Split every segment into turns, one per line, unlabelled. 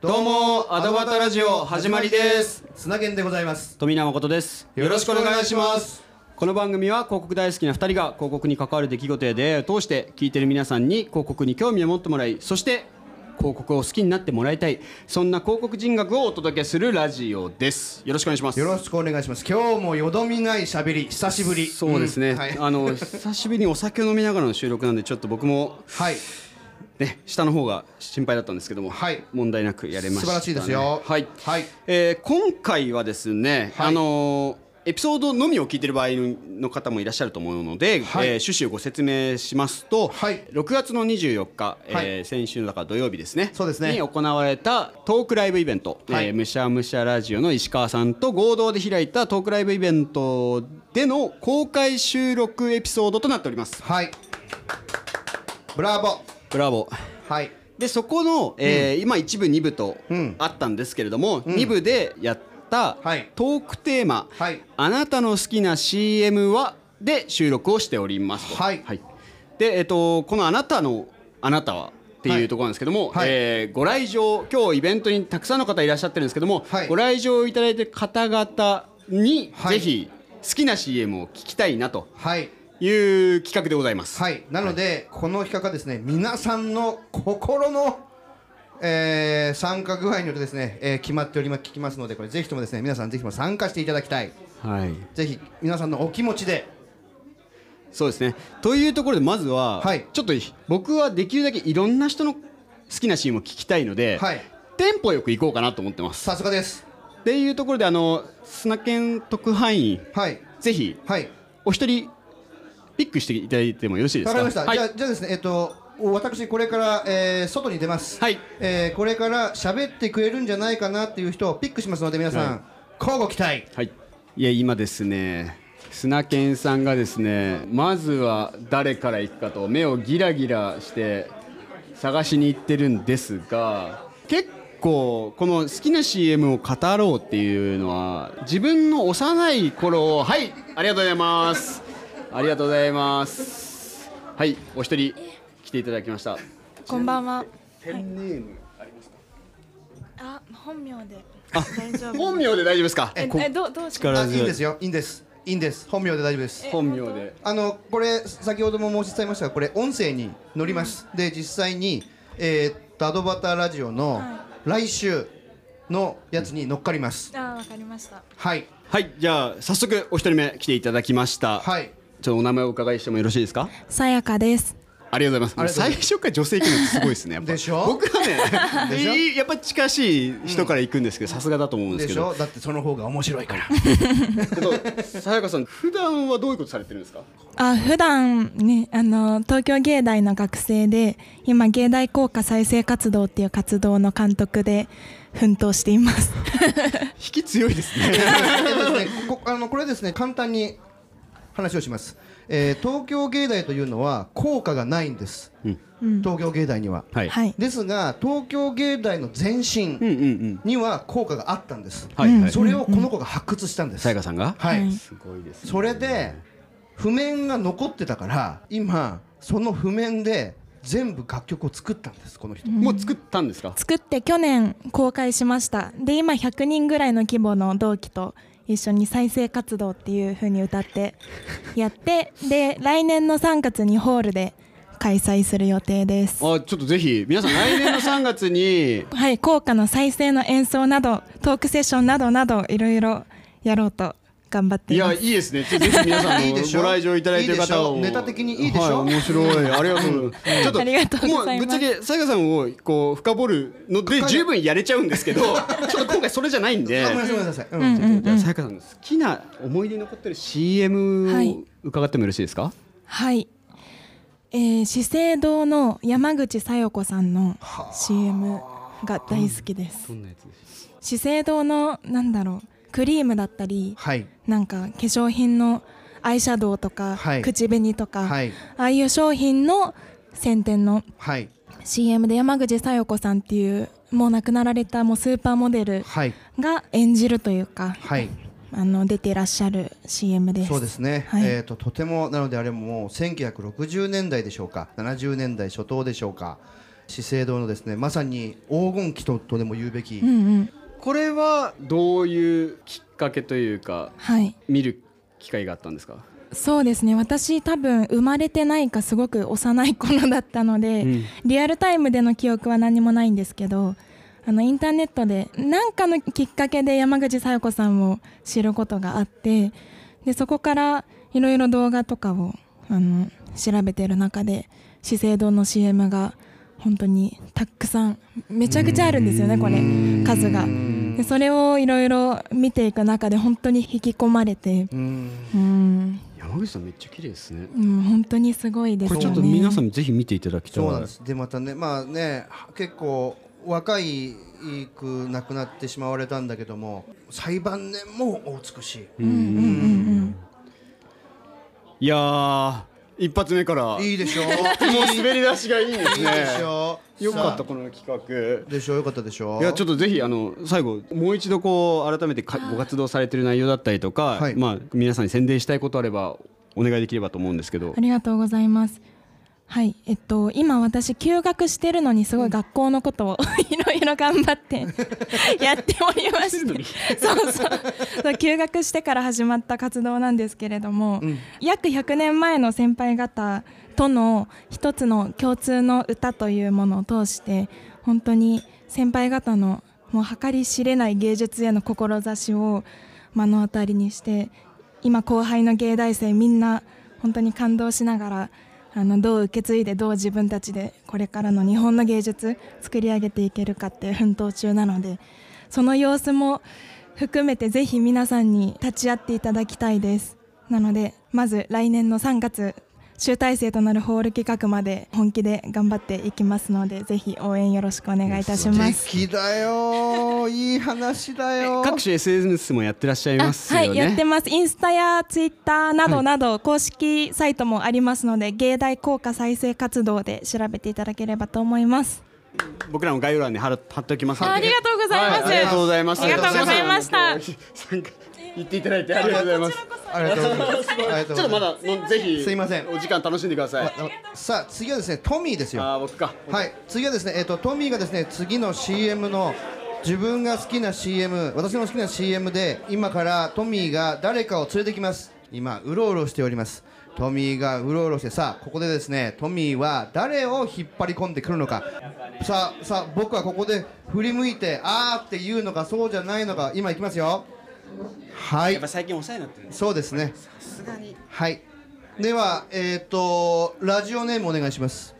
どうもアドバタラジオ始まりです
砂源でございます
富永誠です
よろしくお願いします
この番組は広告大好きな2人が広告に関わる出来事や出会いを通して聞いてる皆さんに広告に興味を持ってもらいそして広告を好きになってもらいたいそんな広告人学をお届けするラジオですよろしくお願いします
よろしくお願いします今日もよどみない喋り久しぶり
そうですね、
んはい、
あの久しぶりにお酒を飲みながらの収録なんでちょっと僕も
はい
ね下の方が心配だったんですけども、
はい
問題なくやれました、ね、
素晴らしいですよ
はい、
はい
えー今回はですね、
はい
あのーエピソードのみを聞いてる場合の方もいらっしゃると思うので、
はい
えー趣旨をご説明しますと、
はい
6月の24日、えー
はい
先週のだから土曜日ですね
そうですね
に行われたトークライブイベント、
はい
えーむしゃむしゃラジオの石川さんと合同で開いたトークライブイベントでの公開収録エピソードとなっております。
はいブラボ
ブラボー
はい
でそこの、えー今1部2部と
うん
あったんですけれども、2部でやったト
はい
ークテーマ「
はい
あなたの好きな CM は?」で収録をしておりますと
はい
で、えっとこの「あなたのあなたは?」って
は
いう
い
ところなんですけども、
はい
えーご来場今日イベントにたくさんの方いらっしゃってるんですけども、
はい
ご来場いただいてる方々に、
は
ぜ
い
ひ好きな CM を聞きたいなと
はい
いう企画でございます。
はいなので、この企画はですね皆さんの心のえー、参加具合によってですね、えー、決まっております聞きますのでこれぜひともですね皆さんぜひとも参加していただきたい
はい
ぜひ皆さんのお気持ちで
そうですね。というところでまずは、
はい
ちょっと僕はできるだけいろんな人の好きなシーンを聞きたいので、
はい
テンポよく行こうかなと思ってます。
さすがです
っていうところであの砂研特派員
はい
ぜひ
はい
お一人ピックしていただいてもよろしいです
わ
か。
かりました、
はい
じゃあじゃあですねえっと私これから、えー外に出ます
はい
えーこれから喋ってくれるんじゃないかなっていう人をピックしますので皆さん、
はい
交互期待
はい。いや今ですね。砂研さんがですねまずは誰から行くかと目をギラギラして探しに行ってるんですが結構この好きな CM を語ろうっていうのは自分の幼い頃をはいありがとうございますありがとうございますはいお一人来ていただきました
こんばんは。
ペンネーム
あ、本名で。
あ
大丈夫。
本名で大丈夫ですか
え、
こ
えどうどうし
力
あいいんですよいいんですいいんです本名で大丈夫です
本名で
あのこれ先ほども申し伝えましたがこれ音声に載ります、で実際にえーっとアドバターラジオの
は
来週のやつに乗っかります、
あ、わかりました。
はい
はいじゃあ早速お一人目来ていただきました
はい
ちょっとお名前をお伺いしてもよろしいですか。
さやかです。
ありがとうござい
あ
ま
り
す。
がと
最
うございま
初から女性行くのってすごいですね。やっぱ
でしょ
僕は
でしょ
ね、いいやっぱ近しい人から行くんですけど、さすがだと思うんです
で
け
し
ど。
ょだってその方が面白いから
ちょっとさやかさん、普段はどういうことされてるんですか。
あ、普段ね、あの東京芸大の学生で、今芸大効果再生活動っていう活動の監督で奮闘しています。
引き強いですね。
えっとですねこあのこれですね簡単に話をします、えー東京芸大というのは効果がないんです、
うん
うん
東京芸大には、
はい。
はい。
ですが東京芸大の前
うん
身
うんうん。
には効果があったんです、
はいはい。
それをこの子が発掘したんです、
さやかさんが。
はい、
はい
すごいですね。
それで譜面が残ってたから今その譜面で全部楽曲を作ったんですこの人、
もう作ったんですか。
作って去年公開しました。で、今100人ぐらいの規模の同期と。一緒に再生活動っていう風に歌ってやってで来年の3月にホールで開催する予定です
あ、ちょっとぜひ、皆さん来年の3月に。
はい、効果の再生の演奏など、トークセッションなどなど、いろいろやろうと頑張って
い
い
や、
ま
い
す。
いですね。ぜひ皆さん
い
も
いでしょ
ご来場いただいてる方を。
いいでしょネタ的にいいでしょ
はい面白い。ありがとうございます。ちょっ
ありがとうございます
もうぶっちゃけ、さやかさんを、こう、深掘るので、十分やれちゃうんです けど、ちょっと今回それじゃないんで
あ。ごめんなさいごめんなさい、うん
じゃあ、さやかさんの好きな思い出に残ってる CM
は
を
い
伺ってもよろしいですか
はい。えー、資生堂の山口小夜子さんの CM が大好きです
ど。んなやつです
資生堂の、なんだろう、クリームだったり、
はい
なんか化粧品のアイシャドウとか、
はい
口紅とか、
はい
ああいう商品の宣伝の
はい
CM で山口小夜子さんっていう、もう亡くなられたもうスーパーモデル
はい
が演じるというか、
はい
あの出てらっしゃる CM です。
そうですね、
はい
えー、ととてもなのであれももう1960年代でしょうか70年代初頭でしょうか、資生堂のですねまさに黄金期ととでも言うべき、
うんうん
これはどういうきっかけというか
はい
見る機会があったんですか、
そうですね私多分生まれてないかすごく幼い頃だったので、
うん
リアルタイムでの記憶は何もないんですけどあのインターネットで何かのきっかけで山口小夜子さんを知ることがあってでそこからいろいろ動画とかをあの調べてる中で資生堂の CM が本当にたくさんめちゃくちゃあるんですよねこれ数がでそれをいろいろ見ていく中で本当に引き込まれて
うん
うん
山口さんめっちゃ綺麗ですね
うん、本当にすごいです
こ
よ
れ
ね。
ちょっと皆さんぜひ見ていただきたい
そうなんですでまたねまあね結構若いく亡くなってしまわれたんだけども最晩年もお美しい、
うんうん
いやー一発目から
いいでしょ う
もう滑り出しがいいです
いい
ね
でしょう
よかった
さ
この企画
あでしょうよかったでしょう
いやちょっ
っ
とぜひあの最後もう一度こう改めてかご活動されてる内容だったりとか、
はい
まあ皆さんに宣伝したいことあればお願いできればと思うんですけど
あ。りがとうございます。はい、えっと、今私休学してるのに、すごい学校のことを いろいろ頑張って やっておりまして。そうそうそう、休学してから始まった活動なんですけれども、約100年前の先輩方との一つの共通の歌というものを通して。本当に先輩方のもう計り知れない芸術への志を目の当たりにして今後輩の芸大生みんな本当に感動しながらあのどう受け継いでどう自分たちでこれからの日本の芸術作り上げていけるかって奮闘中なのでその様子も含めてぜひ皆さんに立ち会っていただきたいですなのでまず来年の3月集大成となるホール企画まで本気で頑張っていきますのでぜひ応援よろしくお願いいたします
敵だよいい話だよ
各種 SNS もやってらっしゃいますよね。
はい、やってます。インスタやツイッターなどなど、公式サイトもありますので、芸大効果再生活動で調べていただければと思います。
僕らも概要欄に貼る貼っておきますので。
ありがとうございます、
はいありがとうございます。
ありがとうございました。
参加言っていただいてありがとうございます。
ありがとうございますありが
ち
と
ょ
う
っ
ござ
とま
いま
だもうぜひ
すいません
お時間楽しんでください。
すさあ次はですねトミーですよ
あー僕か。
はい、次はですね、えっ、と、トミーがですね、次の CM の。自分が好きな CM 私の好きな CM で今からトミーが誰かを連れてきます今うろうろしておりますトミーがうろうろしてさあここでですねトミーは誰を引っ張り込んでくるのかさあさあ僕はここで振り向いてあーって言うのかそうじゃないのか今いきますよは
や
い
っぱ最近お世話になってるんです。
そうですねさすがにはいではえっ、とラジオネームお願いします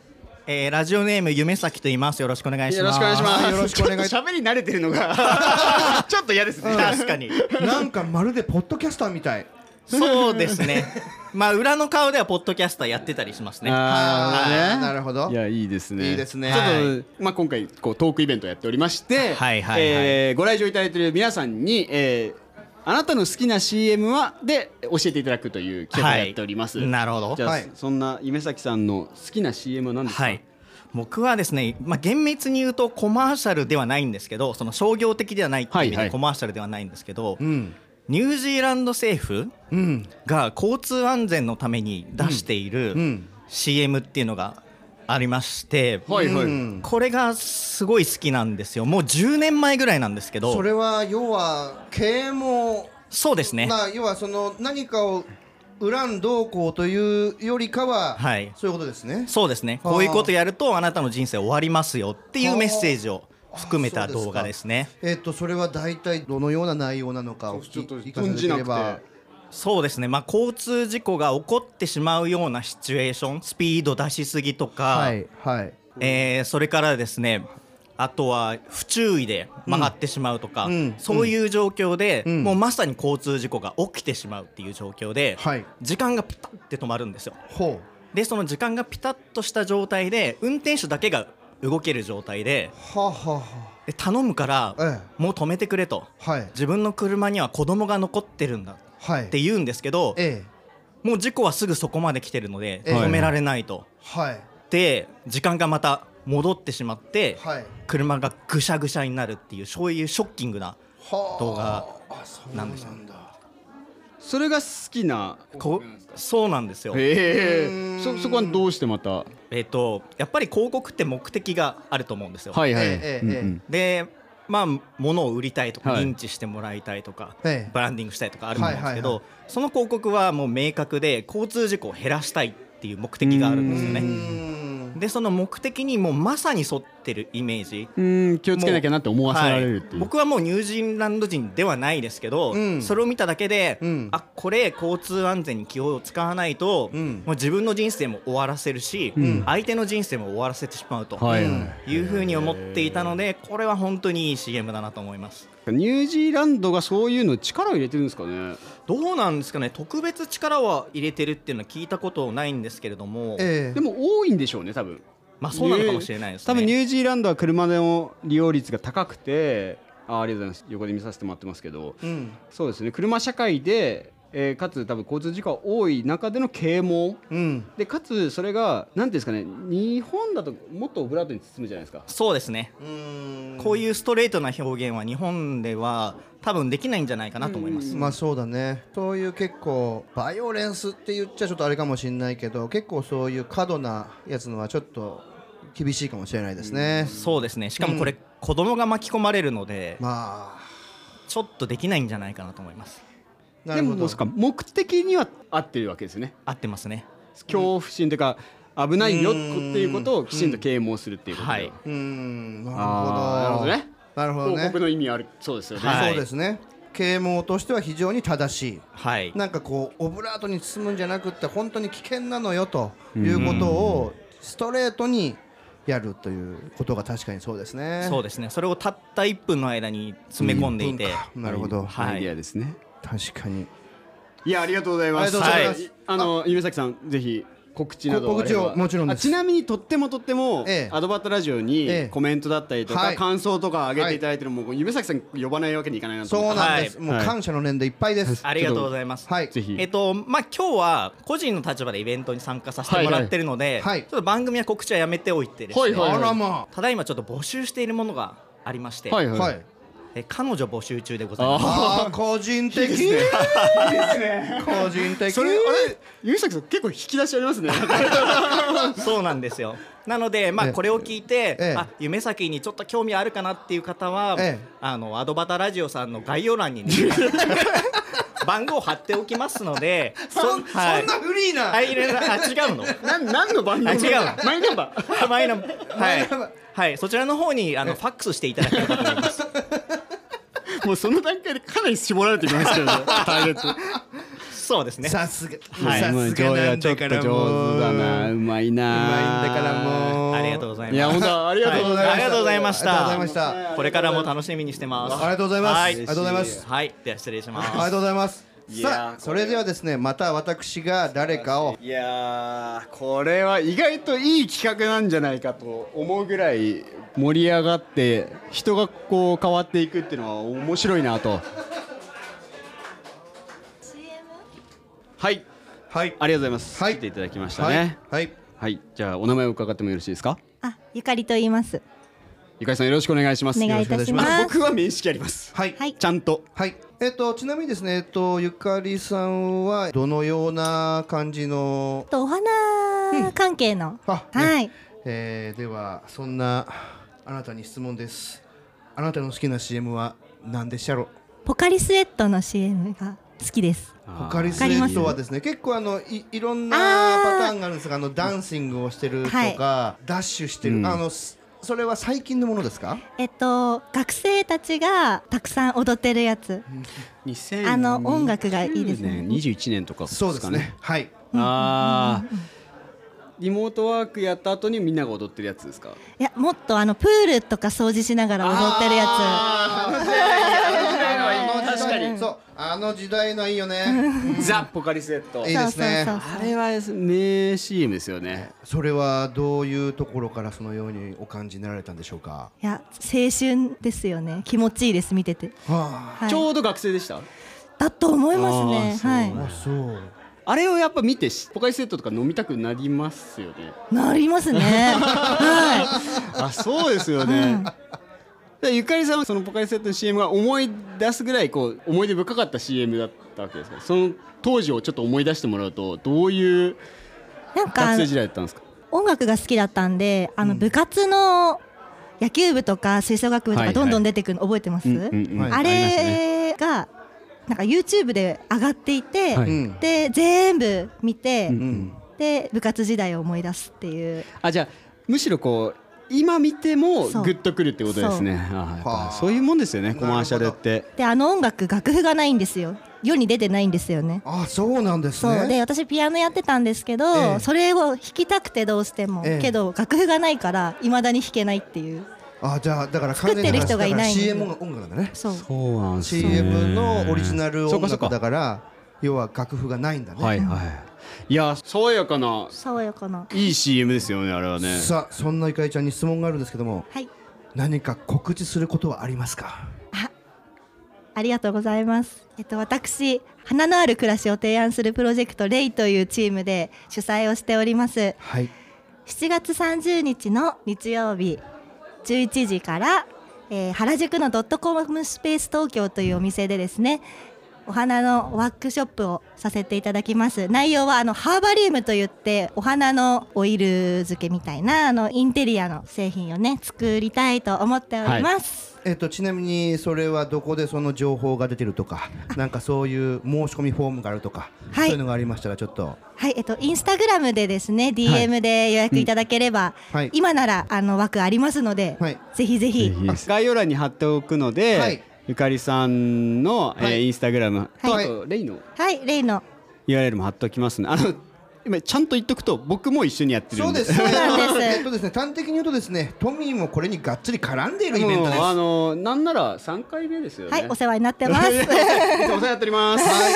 えーラジオネーム夢咲と言います。よろしくお願いしま
よろしくお
す。
願いします。
よろしくお願い
ち ょっと喋り慣れてるのが ちょっと嫌ですね。
確かに。
なんかまるでポッドキャスターみたい。
そうです ね。まあ裏の顔ではポッドキャスターやってたりしますね。
あー
なるほど
いやいいですね。
いいですね
ちょっと、
は
まあ今回こうトークイベントをやっておりまして、
はいはいはい
えーご来場いただいている皆さんに、えーあなたの好きな CM はで教えていただくという企画をやっております。
はいなるほど
じゃあ、
はい
そんな夢咲さんの好きな CM は何ですか。
はい。僕はですね、まあ、厳密に言うとコマーシャルではないんですけどその商業的ではないっていう意
はい
味
は
で
い
コマーシャルではないんですけど、
うん。
ニュージーランド政府
うん。
が交通安全のために出してい
うんう
る
ん
CM っていうのがありまして、
はいはい。
うん
これがすごい好きなんですよもう10年前ぐらいなんですけど
それは要は啓蒙、
そうですね
まあ要はその何かを恨んどうこうというよりかは、
はい
そういうことですね。
そうですね
あー
こういうことやるとあなたの人生終わりますよっていうメッセージを含めた動画ですね
えっ、とそれは大体どのような内容なのかを
ちょっと
聞かせてい
存
た
じな
だけれ
く
ば
て。。
そうですねまあ交通事故が起こってしまうようなシチュエーションスピード出しすぎとか、
はいはい。
えーそれからですねあとは不注意で曲がってしまうとか、
うん
そういう状況で、
うん
もうまさに交通事故が起きてしまうっていう状況で、
はい
時間がピタッて止まるんですよ
ほ
でその時間がピタッとした状態で運転手だけが動ける状態で
う。はあ、はあは
で頼むから、
え
もう止めてくれと
あ、はい
自分の車には子供が残ってるんだっ
はい。
て言うんですけど
ええ
もう事故はすぐそこまで来てるの
え
で
え
止められないと、
はい
で時間がまた戻ってしまって、
はい。
車がぐしゃぐしゃになるっていうそういうショッキングな
はあ。
動画
あそうな
な
だ
んんですよ。
それが好きな
こそうなんですよ
へえそそこはどうしてまたは
えっ、とやっぱり広告って目的があると思うんですよ、
いはい、
ええええ
うん
でまあ物を売りたいとか
はい
認知してもらいたいとか、
ええ
ブランディングしたいとかあると思うんですけど、
はいは
その広告はもう明確で交通事故を減らしたいっていう目的があるんですよ
う
ね
ん
でその目的にもうまさに沿ってるイメージ
うんうん気をつけなきゃなって思わせられるっていう、
はい僕はもうニュージーランド人ではないですけど、
うん
それを見ただけで、
うん
あこれ交通安全に気を使わないと、
うん
もう自分の人生も終わらせるし、相手の人生も終わらせてしまうと、
はい
い
は
うふうに思っていたのでこれは本当にいい CM だなと思います。
いニュージーランドがそういうの力を入れてるんですかね
どうなんですかね特別力は入れてるっていうのは聞いたことないんですけれども、
え
でも多いんでしょうね多分
まあそうなのかもしれないですね。
多分ニュージーランドは車の利用率が高くてあありがとうございます横で見させてもらってますけど
えうん
そうですね車社会で、えーかつ多分交通事故が多い中での啓蒙
うん
でかつそれが何ていうんですかね日本だともっとオブラートに包むじゃないですか
そうですね、
うん
こういうストレートな表現は日本では多分できないんじゃないかなと思います。
まあそうだねそういう結構バイオレンスって言っちゃちょっとあれかもしれないけど結構そういう過度なやつのはちょっと厳しいかもしれないですね、
そうですねしかもこれ、子供が巻き込まれるので、
まあ
ちょっとできないんじゃないかなと思います
な
で
るほ
も
ど
もうそっか目的には合ってるわけですね
合ってますね
恐怖心というか危ないよっていうことをきちんと啓蒙するっていうことで
はい
うんなる
あーなる
ほど
ほどね
なるほどね
広告の意味あるそうですよね、
はい
そうですね啓蒙としては非常に正しい
はい
なんかこうオブラートに包むんじゃなくって本当に危険なのよということをストレートにやるということが確かにそうですね。
そうですねそれをたった1分の間に詰め込んでいて、
なるほど、
はい
アイデアですね
確かに
いやありがとうございます
ありが
とうございます
はいあのゆめさきさんぜひ告知など
こ告知を
あれば
もちろんです
あちなみにとってもとっても、
ええ
アドバットラジオ
ええ
にコメントだったりとか、
はい
感想とか上げていただいてるのも、ゆめさきさん呼ばないわけにいかないなと
そ
思
う
って
なんです、
はい
もう
はい
感謝の念でいっぱいです。
ありがとうございます
はい
ぜひ
えっとまあ今日は個人の立場でイベントに参加させてもらってるので、
いはいはい
ちょっと番組は告知はやめておいてですね、
はいはい
あらま
ただいまちょっと募集しているものがありまして、
はい
あ、
はい、
はい。
え彼女募集中でございます
あー個人的ですね。個人的。
それあれゆめさきさん結構引き出しあります ね
そうなんですよ。なので、ま
え
あ、
え
これを聞いて、
ええ
あ、夢先にちょっと興味あるかなっていう方は。
ええ
あの、アドバタラジオさんの概要欄に ね、番号を貼っておきますので。
そんそん
はい
なフリーな。
あ、入れな、あ、違うの。
なん何の番組
あ違う
マイナンバー
マイナンバーは
マイナ
い
ンバー。
はい、そちらの方に、あの、ファックスしていただければと思います。
もうその段階でかなり絞られてきます けど、ね、ターゲット
そうですね。
さすが。
はい
さすがなんだからも
う
う。
まいう
ま
ない
んだからもう。
ありがとうござい
いや
ま
本
す。
当ありがとうございます、
ありがとうございまし
あ
た
りがとうございました。
これからも楽しみにしてます。
ありがとうございます。
は
ありがとうございます。
はい、では失礼しま
ありが
す。
とうございます。
いやー
さあ、
これ
それではですね、また私が誰かを。
いやーこれは意外といい企画なんじゃないかと思うぐらい盛り上がって人がこう変わっていくっていうのは面白いなとはい
はい。
ありがとうございます、
はい
来ていただきました
はい。
ね
はい。
はい、じゃあお名前を伺ってもよろしいですか
あ、ゆかりと言います。
ゆかりさんよろしくお願いします
お願いいたします
よろくお願いあ僕は面識あります
はい。
はい。
ちゃんと
はい。えっと、ちなみにですね、えっと、ゆかりさんはどのような感じの。
とお花関係の、
あね
はい。
えーでは、そんなあなたに質問です。あなたの好きな CM は何でっしゃろう。
ポカリスエットの CM が好きです。
ポカリスエットはですね結構あのいいろんな
あー
パターンがあるんですがあのダンシングをしてるとか、ダッシュしてる、あのすそれは最近のものですか
えっと学生たちがたくさん踊ってるやつ。
2000
あの音楽がいいですね
21年とかですか
そうですねはい
ああリモートワークやった後にみんなが踊ってるやつですか
いやもっとあのプールとか掃除しながら踊ってるや
あの時代そうあの時代のいいよ ね
ザ・ポカリスエット
いいですね
そうそう
あれは名 CM ですよね
それはどういうところからそのようにお感じになられたんでしょうか
つ。いや青春ですよね。気持ちいいです見てて。
は
はい
ちょうど学生でした
だと思います
あー
ね。
そう
は
あ。あそ
い
う
あれをやっぱ見てしポカリスエットとか飲みたくなりますよね
なりますね。はい。
あそうですよね、らゆかりさんはそのポカリセットの CM が思い出すぐらいこう思い出深かった CM だったわけですからその当時をちょっと思い出してもらうとどういう
なんか
学生時代だったんですか
音楽が好きだったんであの部活の野球部とか吹奏楽部と
はいは
か
い
どんどん出てくるの覚えてます、
うんうんうん
はい
あ
りました
れがなんか YouTube で上がっていて、
はい
うん
で全部見て、
うん
で部活時代を思い出すっていう
あじゃあむしろこう今見てもグッとくるってことですねあーやっ
はあ
ぱそういうもんですよね
ほど
コマーシャルって
であの音楽楽譜がないんですよ世に出てないんですよね
あそうなんです
そうで
ね
私ピアノやってたんですけど、
ええ
それを弾きたくてどうしても、
ええ
けど楽譜がないから未だに弾けないっていう
あじゃあだから
作ってる人がいない
完全にだから CM 音楽なんだね
そう
そうなんですね
CM のオリジナル
そう
音
かそうか
楽だから要は楽譜がないんだね
はいはいいや爽やかな
爽やかない
い CM ですよねあれはね
さあそんなゆかりちゃんに質問があるんですけども
はい
何か告知することはありますか
ありがとうございます。えっと、私、花のある暮らしを提案するプロジェクトレイというチームで主催をしております。
はい
7月30日の日曜日11時から、えー原宿のドットコムスペース東京というお店でですねお花のワークショップをさせていただきます内容はあのハーバリウムといってお花のオイル漬けみたいなあのインテリアの製品をね作りたいと思っております、
えっと、ちなみにそれはどこでその情報が出てるとかなんかそういう申し込みフォームがあるとか、
はい
そういうのがありましたらちょっと
はい、えっと、インスタグラムでですね、DM で予約いただければ、
うんはい
今ならあの枠ありますので、
はい
ぜひぜひ、
概要欄に貼っておくので、
はい
ゆかりさんの、
は
え
い
ーインスタグラムと、
はい
あとレイの
はい、レイの、
URL も貼っておきますねあの 今ちゃんと言っとくと僕も一緒にやってる
そ
ん
う
で
です
そうなんです
えっとですね端的に言うとですねトミーもこれにがっつり絡んでいるイベントです
もうあのなんなら三回目ですよね。
はい、お世話になってま す
いつもお世話になっております。
はい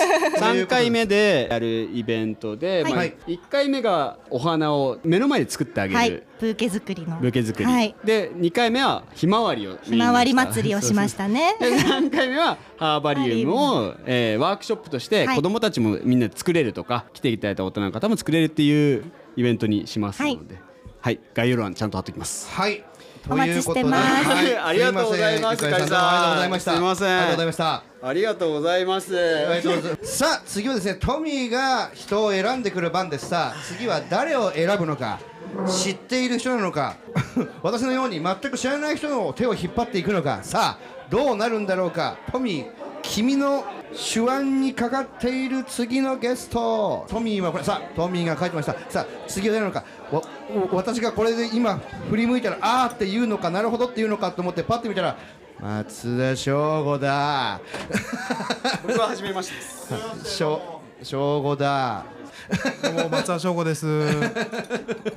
3回目でやるイベントで、
はい
まあ、1回目がお花を目の前で作ってあげる、
はい、ブーケ作りの。
ブーケ作り、
はい、
で2回目はひまわりを。
ひまわり祭りをしました たね。
で3回目はハーバリウムを、えーワークショップとして
はい
子どもたちもみんな作れるとか、来ていただいた大人の方も作れるっていうイベントにしますので、はい概要欄ちゃんと貼っておきます。
はい
お待ちしてます
ということで
ありがとうございます
すませんゆかりさんありがとうございました
すいません
ありがとうございました
ありがとうございます。
さあ次はですねトミーが人を選んでくる番ですさあ次は誰を選ぶのか知っている人なのか 私のように全く知らない人の手を引っ張っていくのかさあどうなるんだろうかトミー君の手腕にかかっている次のゲストトミーはこれさあトミーが書いてましたさあ次は誰なのかわお私がこれで今振り向いたらあーって言うのかなるほどって言うのかと思ってパッて見たら松田翔吾だ
僕は初めましてです。
しょ正午だ
どうも松田翔吾 です。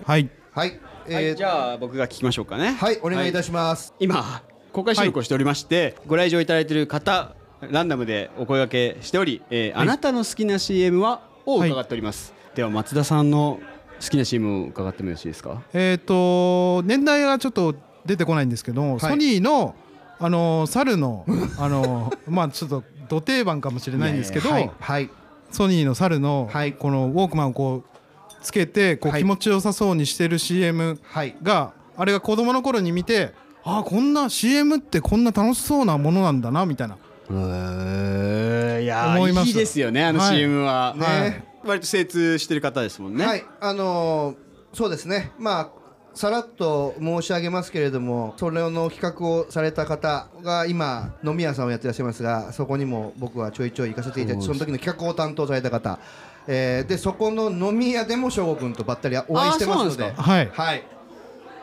はい。
はい、え
はい、
ー
じゃあ僕が聞きましょうかね。
はい、お願いいたします、
今公開収録をしておりまして、ご来場いただいている方ランダムでお声掛けしており、えーあなたの好きな CM はを伺っております、では松田さんの好きな CM を伺ってもよろしいですか
えっ、と年代がちょっと出てこないんですけど、ソニーのあの猿のあの まあちょっとど定番かもしれないんですけど、
はいはい
ソニーの猿の、
はい
このウォークマンをこうつけてこう
はい
気持ちよさそうにしてる CM
はい
が、あれが子供の頃に見て、ああこんな CM ってこんな楽しそうなものなんだなみたいな。
い
ー思います
いですよねあの
はい
CM は、
ね
割と精通してる方ですもんね、
はいあのーそうですねまあさらっと申し上げますけれどもそれの企画をされた方が今飲み屋さんをやってらっしゃいますがそこにも僕はちょいちょい行かせていただいてその時の企画を担当された方、えーでそこの飲み屋でも翔吾君とばったりお会いしてますので
あーそうなんです
はい
はい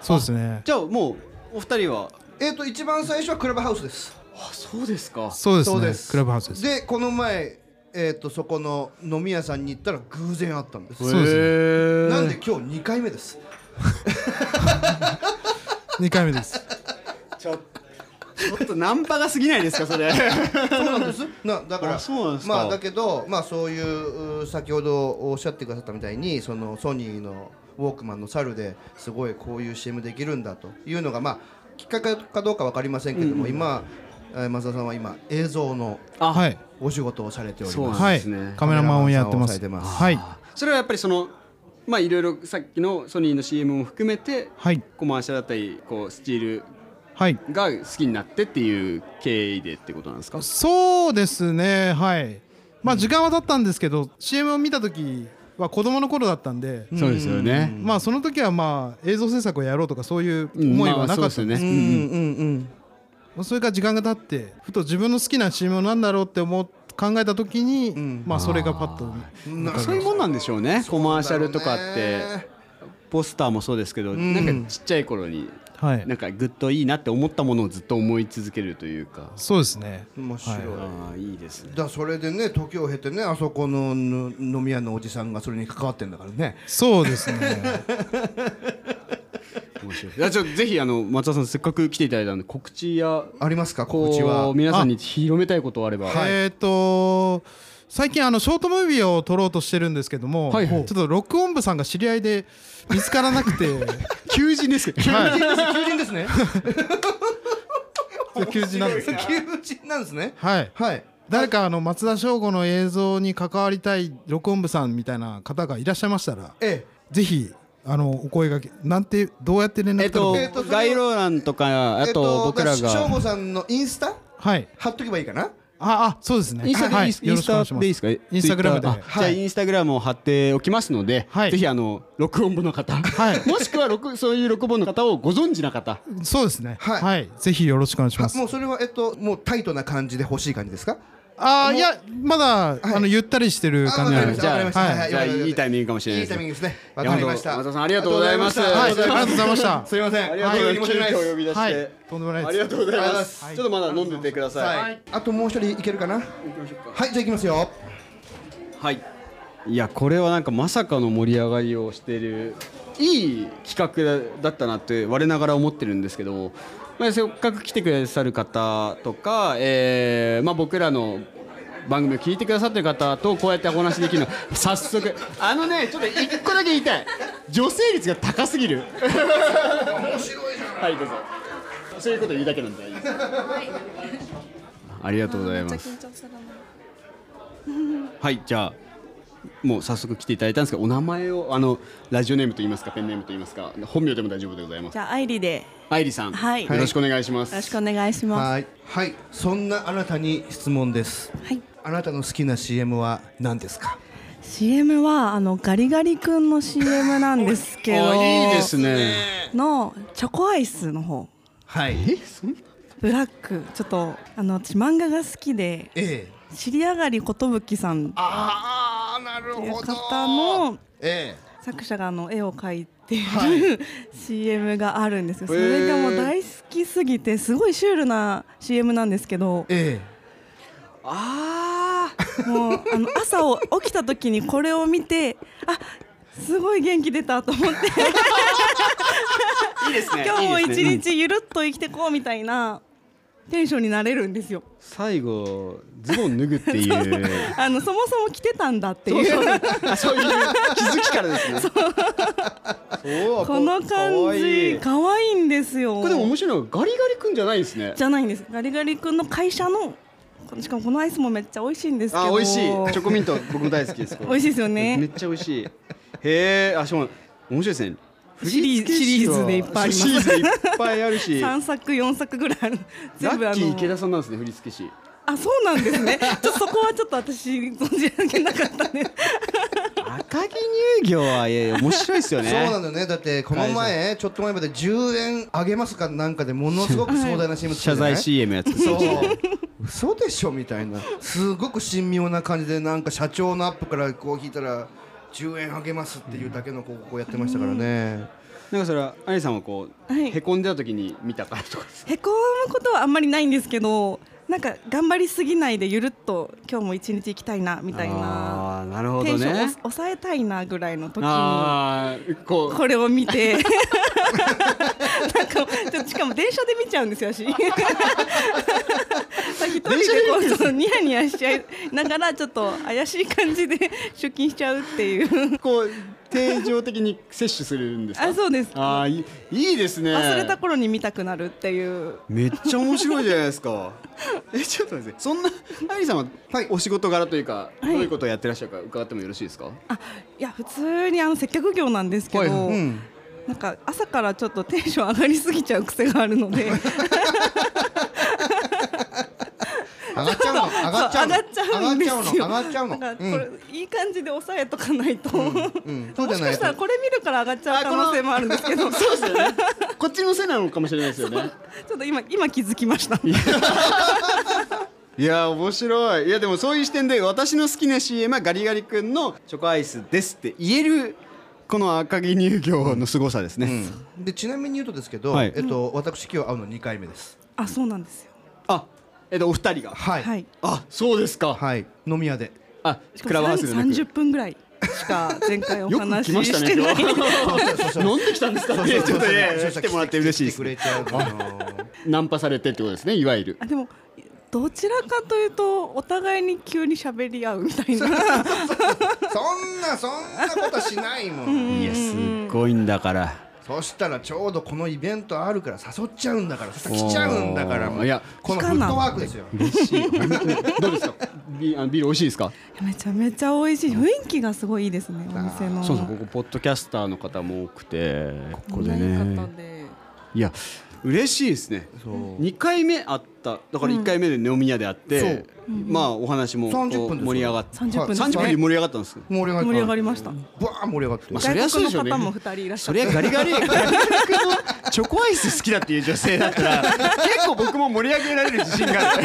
そうですね。
じゃあもうお二人は
えっ、と一番最初はクラブハウスです
あそうですか
そうです
そう
ね。
です
クラブハウスです。
でこの前えっ、とそこの飲み屋さんに行ったら偶然会ったんです
そうですね
なんで今日2回目です
二回目です。
ちょっとナンパが過ぎないですかそ れ
そうなんですなだから
あそうなんですか
まあだけどまあそういうう先ほどおっしゃってくださったみたいにそのソニーのウォークマンの猿ですごいこういう CM できるんだというのがまあきっかけかどうか分かりませんけども、今えー増田さんは今映像の
あ
はい。
お仕事をされており
そう
ま
なん
す
は
ですね
い。カメラマンをやってます。
カメラマンさんをさ
はい。
それはやっぱりそのまあいろいろさっきのソニーの CM も含めて
はい。
コマーシャルだったりこうスチール
はい
が好きになってっていう経緯でってことなんですか
そうですねはいまあ時間は経ったんですけど CM を見た時は子供の頃だったんで、
そうですよね
まあその時はまあ映像制作をやろうとかそういう
うん
思いは
まあ
なかったんで
そうで
すけど
す
う
よ
ん
ね
うんうん
まあそれから時間が経ってふと自分の好きな CM なんだろうって思う考えた時に、
ん
まあそれがパッと
なんかそういうもんなんでしょうねコマーシャルとかってポスターもそうですけど、
ん
なんかちっちゃい頃に
はい
なんかグッといいなって思ったものをずっと思い続けるというか
そうですね
面白い、
ああいいですね
だからそれでね時を経てねあそこのぬ飲み屋のおじさんがそれに関わってんだからね
そうです ね
面白いいやちょっとぜひあの松田さんせっかく来ていただいたんで告知や
ありますか
こ
告知は
う皆さんに広めたいことあれば
はい
えっと最近あのショートムービーを撮ろうとしてるんですけども、
はいはい
ちょっと録音部さんが知り合いで見つから なくて
求人ですけど
求人です求人ですね
求人な んです
求人なんですね
はい
はい
誰かあの松田翔吾の映像に関わりたい録音部さんみたいな方がいらっしゃいましたら
え
ぜひあのお声がけなんてどうやって連絡
えっと
取る
えっとそれを
概要欄とか
え
あと僕ら
だからしょう
が
ごさんのインスタ
はい
貼っとけばいいかな
ああそうですね
インスタ
は
で
い
インスインスタ
よろしくお
でいい
願
で
い
すか
しますインスタグラム
ツ
で
イッターあじゃあインスタグラムを貼っておきますので
はい
ぜひあの録音部の方
はい
もしくは録そういう録音部の方をご存知な方
そうですね
はい
はいぜひよろしくお願いしま
は
す
もうそれはえっともうタイトな感じで欲しい感じですか
ああいやまだあのゆったりしてる
あわ
感じ
か
な
りま
んで
した
じゃあ
わかりました
はい
はい
じゃあいいタイミングかもしれない
い
で
いタ
す
イミン
ね
グですねわかりました
いや本当松田さんありがとうございます
はいあ
あ
り
りがとうございま
がとうご
す
ざいました
すいません
ありがとうございます
本当に申し訳
急遽お呼び出して
はいとんでもないです
ありがとうございま
は
す
い
ちょっとまだ飲んでてください
はいあともう一人いけるかなはいじゃあいきますよ
はい。いやこれはなんかまさかの盛り上がりをしているいい企画だったなって我ながら思ってるんですけども、まあ、せっかく来てくださる方とか、えーまあ、僕らの番組を聞いてくださってる方とこうやってお話できるの早速あのねちょっと一個だけ言いたい女性率が高すぎる面白いじゃんはいどうぞそういうこと言うだけなんでいいですありがとうございます
張するな
はいじゃあもう早速来ていただいたんですけどお名前をあのラジオネームと言いますかペンネームと言いますか本名でも大丈夫でございます
じゃあアイリでよ
愛理さん、
はい
よろしくお願いします、
ろしくお願いしま
はいはいそんなあなたに質問です
す。はい。
あなたの好きな CM は何ですか
CM はあのガリガリ君の CM なんです けど、
あいいですね
のチョコアイスの方
はい
ブラックちょっとあの私漫画が好きで
ええ
知り上がり寿さんっ
ああなる
ていう
ほど
方の
え
作者があの絵を描いている、CM があるんですよそれがもう大好きすぎてすごいシュールな CM なんですけど
ええ
ああもうあの朝を起きた時にこれを見てあすごい元気出たと思って
いいですね
今日も
いい
一
ですねうん
日ゆるっと生きてこうみたいなテンションになれるんですよ。
最後ズボン脱ぐっていう
あのそもそも着てたんだっていう
あそういう 気づきからです ねそう
この感
かわい
じ
いこ
可愛いんですよ。
れでも面白いのがガリガリくんじゃないですね
じゃないんです。ガリガリ君の会社のこのしかもこのアイスもめっちゃ美味しいんですけ
あ
ど。
美味しいチョコミント僕も大好きですこれ
美味しいですよ
めっ
ね。
ちゃ美味しいへえあしかも面白いですね
シリー
振り付
ズ
け師は
シリーズでいっぱいあります
シリーズでいっぱいあるし
三作四作ぐらいある
ラ
全部あ
ッキー池
の
田さんなんですね振り付け師
あそうなんですね。ちょっとそこはちょっと私存じ上げなかったね。
赤城乳業はいやいや面白いですよね
そうなんだよねだってこの前ちょっと前まで10円あげますかなんかでものすごく壮大な CM 作
謝
ってたね
罪 CM やつ
そう嘘でしょみたいなすごく神妙な感じでなんか社長のアップからこう引いたら10円あげますっていうだけの広告をやってましたからね、
なんかそれはアリさんはこう、
はい
へこんでた時に見たからとかです
へこむことはあんまりないんですけどなんか頑張りすぎないでゆるっと今日も一日行きたいなみたいな
あーなるほ
テ
ど
ンションを
ね
抑えたいなぐらいの時に
ああこう
これを見てなんかちょっとしかも電車で見ちゃうんです よ私一人でこうちょっとニヤニヤしちゃいながらちょっと怪しい感じで出勤しちゃうっていう
こう定常的に摂取するんですか
あそうです
あーいいいいですね
忘れた頃に見たくなるっていう
めっちゃ面白いじゃないですかえちょっと待ってそんなアリさんは、お仕事柄というか、どういうことをやってらっしゃるか伺ってもよろしいですか
あいや普通にあの接客業なんですけど、
はいはい
うん
なんか朝からちょっとテンション上がりすぎちゃう癖があるの で
上がっちゃうの
そう
上がっちゃうの
上がっちゃうんですよ
上がっちゃうの上
な
が
んか
っ
こ
ちゃうの
れいい感じで抑えとかないと、
うんうんそうじ
も
ゃ
し
な
か
い
したら
と
これ見るから上がっちゃう可能性もあるんですけど ち
そうですよね。こっちのせいなのかもしれないですよね。
ょっと今今気づきました
いやー面白い。いやでもそういう視点で私の好きな CM はガリガリ君のチョコアイスですって言えるこの赤城乳業の凄さですね。
うんでちなみに言うとですけど、
はい
えっと私今日会うの二回目です
あそうなんですよ
あ、えっとお二人が。
はい
はい
あ、そうですか。
はい飲み屋で
あ、
し
クラ
か
ブ
も
ハウスでなく。
30分ぐらいしか前回お
よく来
話し
ました
して
ね。
ない
今日飲んできたんですか。ねちょっとね、来てもらって嬉しいで
来
す
てく
ね
れ。ちゃうの
ナンパされてってことですね。いわゆる。
あ でもどちらかというとお互いに急に喋り合うみたい
そ
な
んなそんなことはしないもん
いやすごいんだから。
そしたらちょうどこのイベントあるから誘っちゃうんだからそしたら来ちゃうんだから
おー
もう
いや
このフットワークですよ
嬉しい。どうですか。ビあのビール美味しいですか。
めちゃめちゃ美味しい雰囲気がすごいいいですねお店の
そうそうここポッドキャスターの方も多くてここで
こんな良かっ
ね
たんで
いや嬉しいですね
そう
2回目あっただから1回目で飲み屋であって、まあお話もこう
30分ですよ
盛り上がって
30分ですね
30分で盛り上がったんですよ
盛り上が
盛り上がりました
ブワー盛り上がって
まあそりゃ
外
そうで
国
しょうね
の方も二人いらっしゃ
そ
って
りゃガリガリガリガリ君のチョコアイス好きだっていう女性だったら結構僕も盛り上げられる自信がある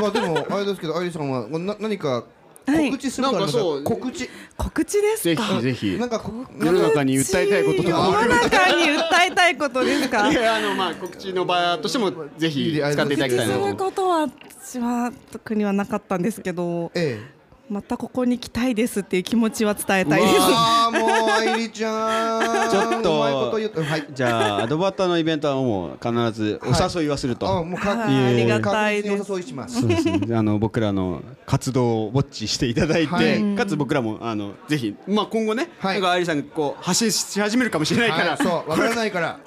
まあでもあれですけど愛理さんはな何か告知するから
なんかそう
告知
告知で す
ぜ
か
ひぜひ
なんかこ
世の中に訴えたいことと
世
かもある
の中に訴えたいことですか
いやあのまあ告知の場としてもぜひ使っていただ
告
き
知
たいな
す
と思
る
って
ことは私は特にはなかったんですけど
ええ
またここに来たいですっていう気持ちは伝えたいです
あもう愛理ちゃん
ちょっと
うまいこと言ってはい
じゃあアドバタのイベントはもう必ずお誘いはすると、
あもうか
はい
あり
がたいです
確実にお誘いします
そうですね。あの僕らの活動をウォッチしていただいて、
はい
かつ僕らもあのぜひまあ今後ね、
はい
なんか愛理さんがこう発信し始めるかもしれないから、
はいそうわからないから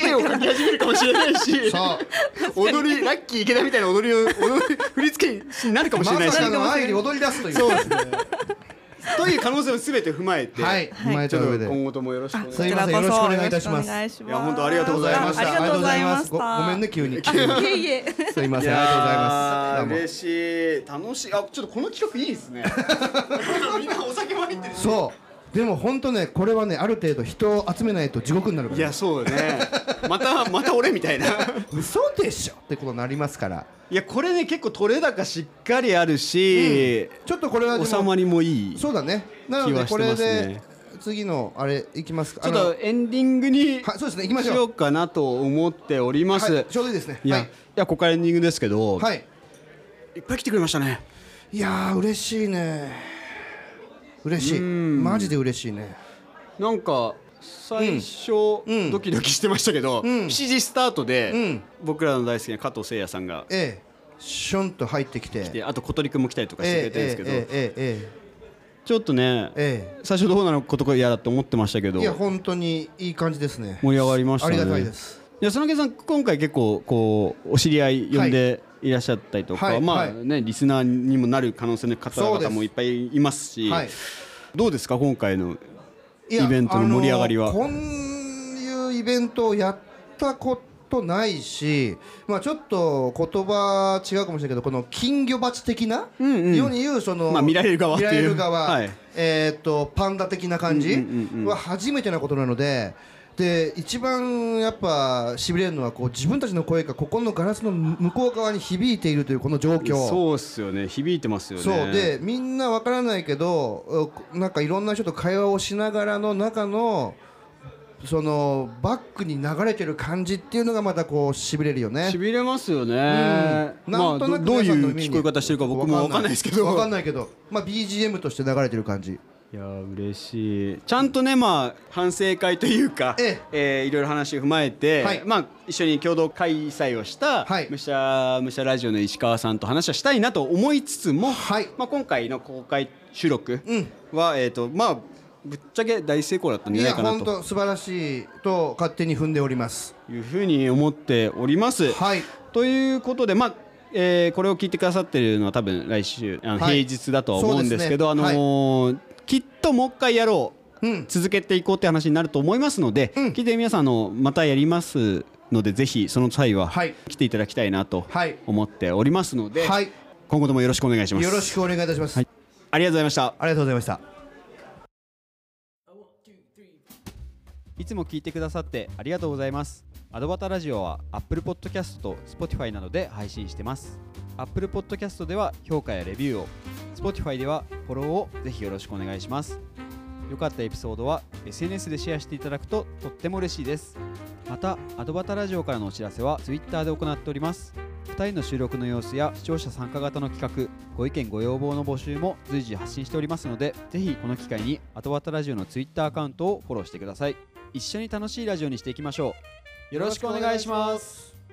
絵を描き始めるかもしれないし、
そう
踊りラッキー池田みたいな踊りを踊り振り付けになるかもしれ
ま
ないし
さ、かの愛理踊り出すという
そうですね。という可能性をすべて踏まえて、
はい踏まえ
ち
た
ょ
上
っと
で
今後ともよろしくお願いし
す
ま
い
す。
ませんよろしくお願いいたします
よろくお願しま
い
す
や本当ありがとうございました
あありがとうございまし
ご
た
ごめんね急に
いえいえ
すいませんありがとうございます
嬉しい楽しいあちょっとこの企画いいですね みんなお酒も入ってる
どうもそうでも本当ねこれはねある程度人を集めないと地獄になるか
い
ら
や
ね
そうだねまたまた俺みたいな
嘘でしょってことになりますから
いやこれね結構取れ高しっかりあるし、
ちょっとこれはでも
収まりもいいちょ
そうだねなの
気
で
はして
こ
ます
れ
ね
で次のあれいきますか
っとエンディングに
あのはそうですね行きまし
し
ょ
よ
う
うかなと思っております、
はい
い、
ちょうどいいですね
や、、
はい
やここからエンディングですけど、
いはい
い、っぱい来てくれましたね
いやー嬉しいね嬉しいマジで嬉しいね
なんか最初、
うん
ドキドキしてましたけど、7
ん
時スタートで、
うん
僕らの大好きな加藤誠也さんが
ええシュンと入ってきて
であと小鳥くんも来たりとかしてくれ
え
てるんです
え
けど、
えええ
ちょっとね、
ええ
最初どうなのことか嫌だと思ってましたけ
え
ど
いや本当にいい感じですね
盛り上がりましたね
ありがたいです
いやそのけさん今回結構こうお知り合い呼んでいらっしゃったりとか、
はい
ま
は
あ
い
ねリスナーにもなる可能性の方
そうで
々
す
もいっぱいいますし
はい
どうですか今回の
いや
イベントの盛り上がりは
あのこういうイベントをやったことないし、まあ、ちょっと言葉違うかもしれないけどこの金魚鉢的な、
んうん
世に言うその、
まあ見られる側っていう
見られる側
はい
えーっとパンダ的な感じ
うんうんうんうん
は初めてなことなので。で一番やっぱしびれるのはこう自分たちの声がここのガラスの向こう側に響いているというこの状況
そうっすよね響いてますよね
そうでみんなわからないけどうなんかいろんな人と会話をしながらの中のそのバックに流れてる感じっていうのがまたこうしびれるよね
し。びれますよね、
うん
まあどどう
皆
い
さんの
う
耳に
聞こえ方してるか僕もわかんないですけど
わかんないけど、まあ BGM として流れてる感じ。
いやー嬉しいちゃんとねまあ反省会というか、
え
えーいろいろ話を踏まえて、
はい
まあ、一緒に共同開催をした、
はい
むしゃむしゃラジオの石川さんと話はしたいなと思いつつも、
はい
まあ、今回の公開収録
うん。
は、えーとまあ、ぶっちゃけ大成功だったん
い
じゃない
や
かな
本当
と
素晴らしいと勝手に踏んでおります。
いうふうに思っております。
はい。
ということで、まあえーこれを聞いてくださってるのは多分来週あの、
はい
平日だとは思うんですけど、
そうで
あ
すね
のーきっともう一回やろう
うん
続けていこうって話になると思いますので、聞いて皆さんあのまたやりますのでぜひその際は
はい
来ていただきたいなと
はい
思っておりますので、
はい
今後ともよろしくお願いします
よろしくお願いいたします、
はいありがとうございました
ありがとうございました
いつも聞いてくださってありがとうございます。アドバタラジオは Apple Podcast と Spotify などで配信してます。Apple Podcast では評価やレビューを、Spotify ではフォローをぜひよろしくお願いします。良かったエピソードは SNS でシェアしていただくととっても嬉しいです。また、アドバタラジオからのお知らせは Twitter で行っております。2人の収録の様子や視聴者参加型の企画、ご意見ご要望の募集も随時発信しておりますので、ぜひこの機会にアドバタラジオの Twitter アカウントをフォローしてください。一緒に楽しいラジオにしていきましょうよろしくお願いします